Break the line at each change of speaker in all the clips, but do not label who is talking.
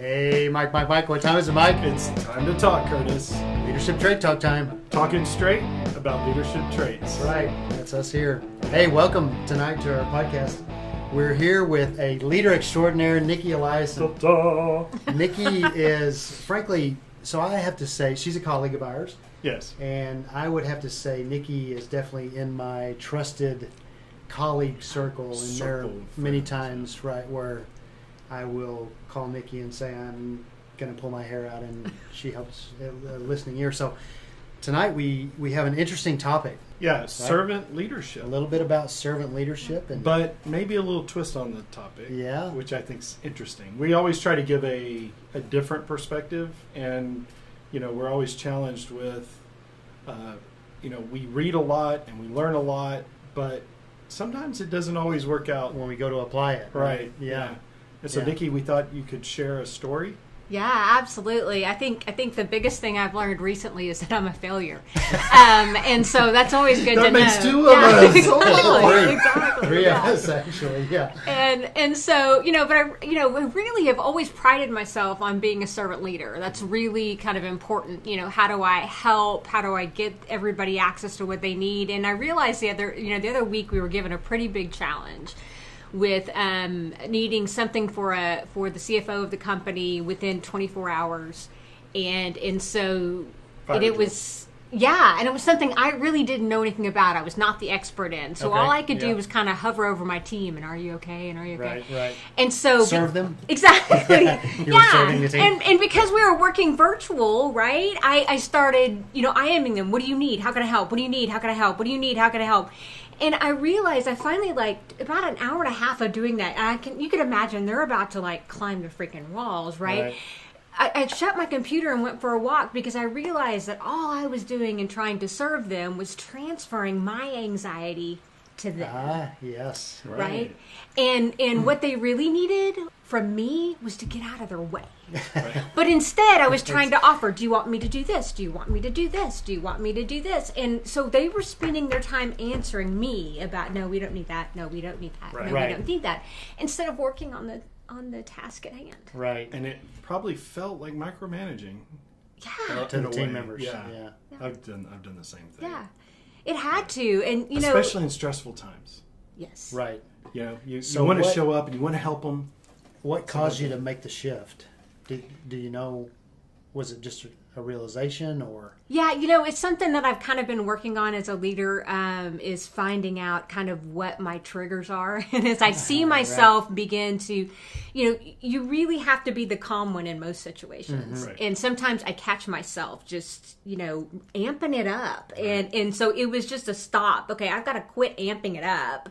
Hey, Mike, Mike, Mike, what time is it, Mike?
It's time to talk, Curtis.
Leadership Trait Talk time.
Talking straight about leadership traits.
Right, that's us here. Hey, welcome tonight to our podcast. We're here with a leader extraordinaire, Nikki Elias.
Ta-ta.
Nikki is, frankly, so I have to say, she's a colleague of ours,
Yes.
and I would have to say Nikki is definitely in my trusted colleague circle. And there are
Circle of
many
friends, yeah.
times, right, where I will call Nikki and say I'm going to pull my hair out, and she helps a a listening ear. So tonight we we have an interesting topic,
Yeah, servant leadership.
a little bit about servant leadership, and
But maybe a little twist on the topic.
Yeah.
Which I think's interesting. We always try to give a, a different perspective, and, you know, we're always challenged with, uh, you know, we read a lot and we learn a lot, but sometimes it doesn't always work out
when we go to apply it,
right.
Yeah.
And so,
Yeah.
Nikki, we thought you could share a story.
Yeah, absolutely. I think I think the biggest thing I've learned recently is that I'm a failure, um, and so that's always good
That
to
makes
know.
two of
Yeah,
us.
Exactly.
Three.
exactly.
Three
yeah.
of us actually, yeah.
And and so you know, but I you know I really have always prided myself on being a servant leader. That's really kind of important. You know, how do I help? How do I get everybody access to what they need? And I realized the other you know the other week we were given a pretty big challenge with um, needing something for a for the CFO of the company within 24 hours, and and so
Fire
and it
drill.
was yeah, and it was something I really didn't know anything about. I was not the expert in, so
Okay,
all I could
yeah.
do was kind of hover over my team and are you okay and are you okay?
Right, right.
And so
Serve them?
Exactly.
You were
yeah.
serving the team.
And and because we were working virtual, right? I, I started, you know, IMing them. What do you need? How can I help? What do you need? How can I help? What do you need? How can I help? And I realized I finally like about an hour and a half of doing that. And I can you can imagine they're about to like climb the freaking walls,
Right.
right? I, I shut my computer and went for a walk because I realized that all I was doing in trying to serve them was transferring my anxiety to them
Ah, yes.
right? And and what they really needed from me was to get out of their way. but instead, I was trying to offer, do you want me to do this? Do you want me to do this? Do you want me to do this? And so they were spending their time answering me about no, we don't need that. No, we don't need that.
Right.
No,
Right.
we don't need that. Instead of working on the on the task at hand.
Right.
And it probably felt like micromanaging.
Yeah.
uh,
To
in
the
a
team
way.
members.
Yeah.
Yeah.
I've done I've done the same thing.
Yeah. It had to and you
Especially in stressful times.
know yes.
Right.
You know, you,
So
you want to
what-
show up and you want to help them.
What caused you to make the shift? Do, do you know? Was it just a realization, or
Yeah, you know, it's something that I've kind of been working on as a leader um, is finding out kind of what my triggers are, and as I see myself begin to, you know, you really have to be the calm one in most situations,
Right.
and sometimes I catch myself just, you know, amping it up, and and so it was just a stop. Okay, I've got to quit amping it up.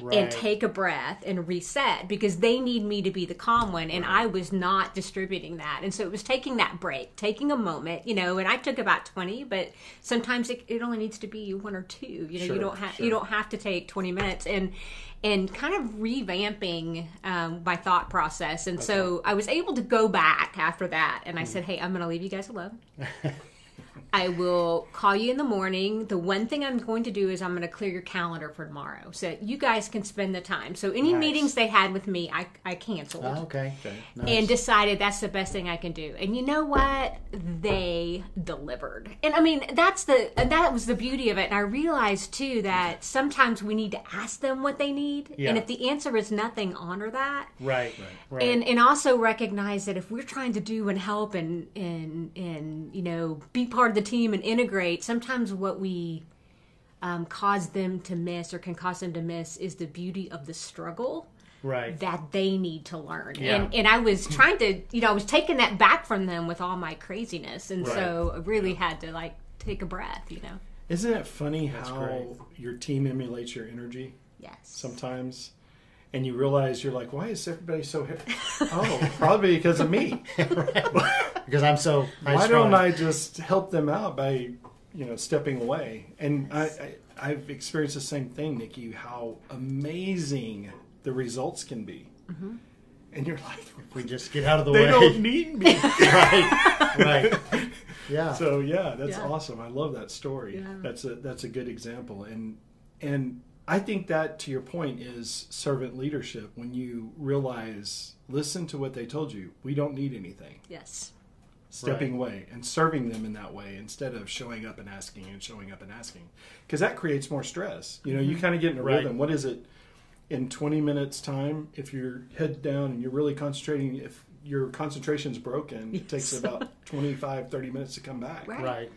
Right.
And take a breath and reset because they need me to be the calm one, and I was not distributing that. And so it was taking that break, taking a moment, you know. And I took about twenty, but sometimes it, it only needs to be one or two. You know,
Sure,
you don't have
sure.
you don't have to take twenty minutes and and kind of revamping um, my thought process. And so I was able to go back after that, and
Hmm.
I said, "Hey, I'm going to leave you guys alone." I will call you in the morning. The one thing I'm going to do is I'm going to clear your calendar for tomorrow so that you guys can spend the time. So any
Nice.
meetings they had with me, I, I canceled
Ah, okay, Nice.
and decided that's the best thing I can do. And you know what? They delivered. And I mean, that's the and that was the beauty of it. And I realized too that sometimes we need to ask them what they need.
Yeah.
And if the answer is nothing, honor that
right, right,
and and also recognize that if we're trying to do and help and and and you know be part of the team and integrate sometimes what we um, cause them to miss or can cause them to miss is the beauty of the struggle
right.
that they need to learn
Yeah.
and and i was trying to you know i was taking that back from them with all my craziness and so i really had to like take a breath you know
Isn't it funny how
great.
your team emulates your energy
yes
sometimes? And you realize you're like, why is everybody so hip? oh, probably because of me.
because I'm so.
why don't I just help them out by, you know, stepping away? And I, I, I've experienced the same thing, Nikki. How amazing the results can be.
Mm-hmm.
And you're like,
We just get out of the
they
way.
don't need me.
right, right. Yeah.
so yeah, that's
Yeah.
awesome. I love that story.
Yeah.
That's a that's a good example. And and I think that, to your point, is servant leadership when you realize, listen to what they told you. We don't need anything.
Yes.
Stepping away and serving them in that way instead of showing up and asking and showing up and asking. Because that creates more stress. You know, you kind of get in a
Right.
rhythm. What is it? In 20 minutes' time, if you're head down and you're really concentrating, if your concentration's broken, it takes
Yes.
about 25, 30 minutes to come back.
Right.
Right.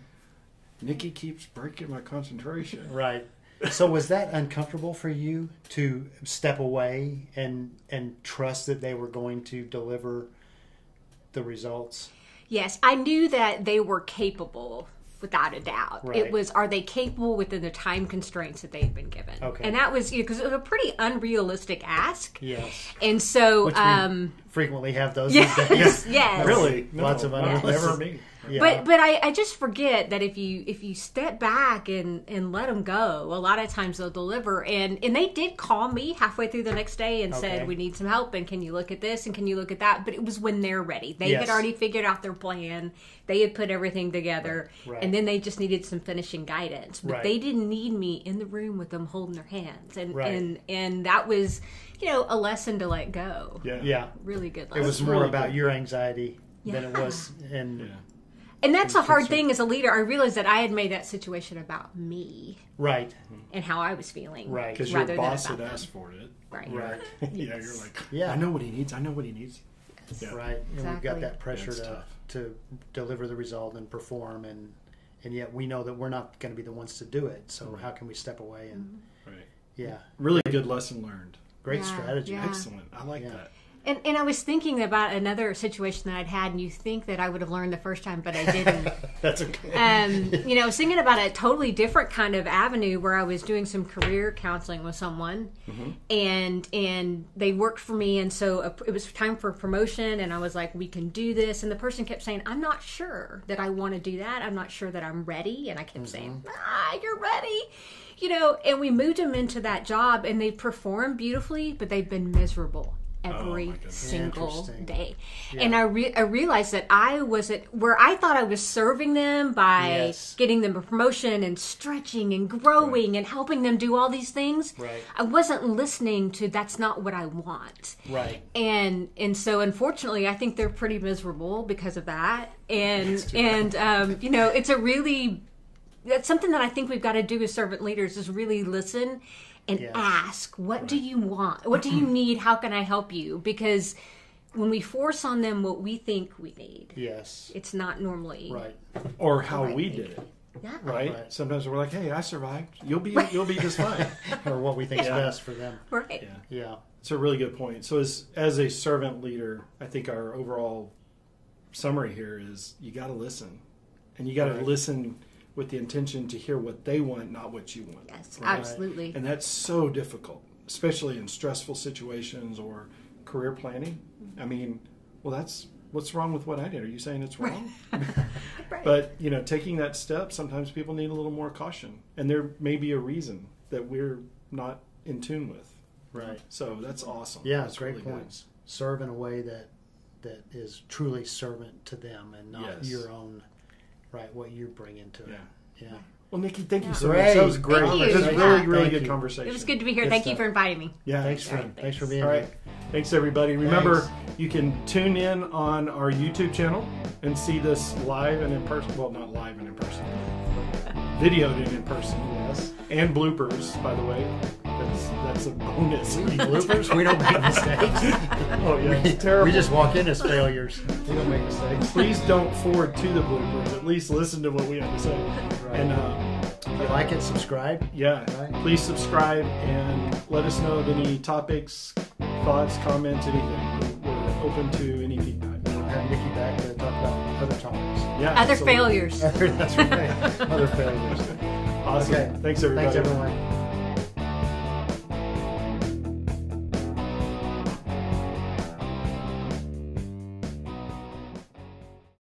Nikki keeps breaking my concentration.
Right.
So was that uncomfortable for you to step away and and trust that they were going to deliver the results?
Yes, I knew that they were capable without a doubt.
Right.
It was are they capable within the time constraints that they've been given?
Okay.
And that was because it was a pretty unrealistic ask.
Yes.
And so
Which we
um
frequently have those these days.
yes, yes.
Really?
Lots of unrealistic-
Never me.
Yeah.
But but I, I just forget that if you if you step back and and let them go, a lot of times they'll deliver. And and they did call me halfway through the next day and
Okay.
said we need some help and can you look at this and can you look at that. But it was when they're ready. They
Yes.
had already figured out their plan. They had put everything together,
Right.
and then they just needed some finishing guidance. But
Right.
they didn't need me in the room with them holding their hands. And
Right.
and and that was you know a lesson to let go.
Yeah.
yeah.
Really good
It
lesson.
was
That's
more
really
about
good.
your anxiety than it
Yeah.
was and
Yeah.
And that's a hard
concern.
thing as a leader. I realized that I had made that situation about me
right.
and how I was feeling.
Right.
Because your
rather than
boss
about
had
them.
asked for it.
Right.
Right.
yeah, you're like,
Yeah.
I know what he needs. I know what he needs. Yeah.
Right. And we've got
Exactly.
that pressure
That's
to,
tough.
to deliver the result and perform and and yet we know that we're not going to be the ones to do it. So how can we step away and
Right.
yeah.
Really good lesson learned.
Great
Mm-hmm. Yeah,
strategy.
yeah.
Excellent. I like
Yeah.
that.
And, and I was thinking about another situation that I'd had, and you think that I would have learned the first time, but I didn't.
That's okay.
um, you know, I was thinking about a totally different kind of avenue where I was doing some career counseling with someone, and and they worked for me, and so a, it was time for promotion, and I was like, we can do this, and the person kept saying, I'm not sure that I want to do that, I'm not sure that I'm ready, and I kept saying, Ah, you're ready, you know, and we moved them into that job, and they performed beautifully, but they've been miserable every
goodness.
single
Interesting.
day day. And I, re- I realized that I wasn't where I thought I was serving them by
Yes.
getting them a promotion and stretching and growing and helping them do all these things.
Right.
I wasn't listening to that's not what I want.
Right.
And and so unfortunately I think they're pretty miserable because of that. And and um, you know, it's a really that's something that I think we've got to do as servant leaders is really listen and
Yes.
ask, what do you want? What do you need? How can I help you? Because when we force on them what we think we need,
Yes.
it's not normally
Right.
Or how
Right.
we did it.
Yeah.
Right?
Right.
Sometimes we're like, hey, I survived. You'll be you'll be just fine.
Or what we think is
Yeah.
best for them.
Right.
Yeah.
Yeah.
It's a really good point. So as as a servant leader, I think our overall summary here is you gotta listen. And you gotta
Right.
listen with the intention to hear what they want, not what you want.
Yes,
Right.
absolutely.
And that's so difficult, especially in stressful situations or career planning.
Mm-hmm.
I mean, well, that's what's wrong with what I did. Are you saying it's wrong?
Right.
but, you know, taking that step, sometimes people need a little more caution. And there may be a reason that we're not in tune with.
Right.
So that's
Mm-hmm.
awesome.
Yeah,
That's
great
really good.
points. Serve in a way that that is truly servant to them and not
Yes.
your own, right? What you bring into it.
Yeah.
Yeah.
Well, Nikki, thank you
Yeah.
so
Great.
much. That was great.
Thank you.
This was
Thank
really,
you.
really
Thank
good
you.
conversation.
It was good to be here.
Good
Thank
stuff.
you for inviting me.
Yeah.
Thanks for
Alright,
thanks for
thanks.
being
All right.
here.
Thanks, everybody. Remember,
Thanks.
you can tune in on our YouTube channel and see this live and in person. Well, not live and in person, videoed and in person. Yes. And bloopers, by the way. That's that's a bonus.
Bloopers, we don't make mistakes.
oh yeah, it's terrible.
we just walk in as failures. We don't make mistakes.
Please don't forward to the bloopers. At least listen to what we have to say.
Right.
And um,
If you like it, subscribe.
yeah,
Right.
please subscribe and let us know of any topics, thoughts, comments, anything. We're open to any feedback.
We'll have Nikki back to talk about other topics.
Yeah.
Other
absolutely.
failures.
That's right. Other failures.
Awesome.
Okay.
Thanks, everybody.
Thanks everyone.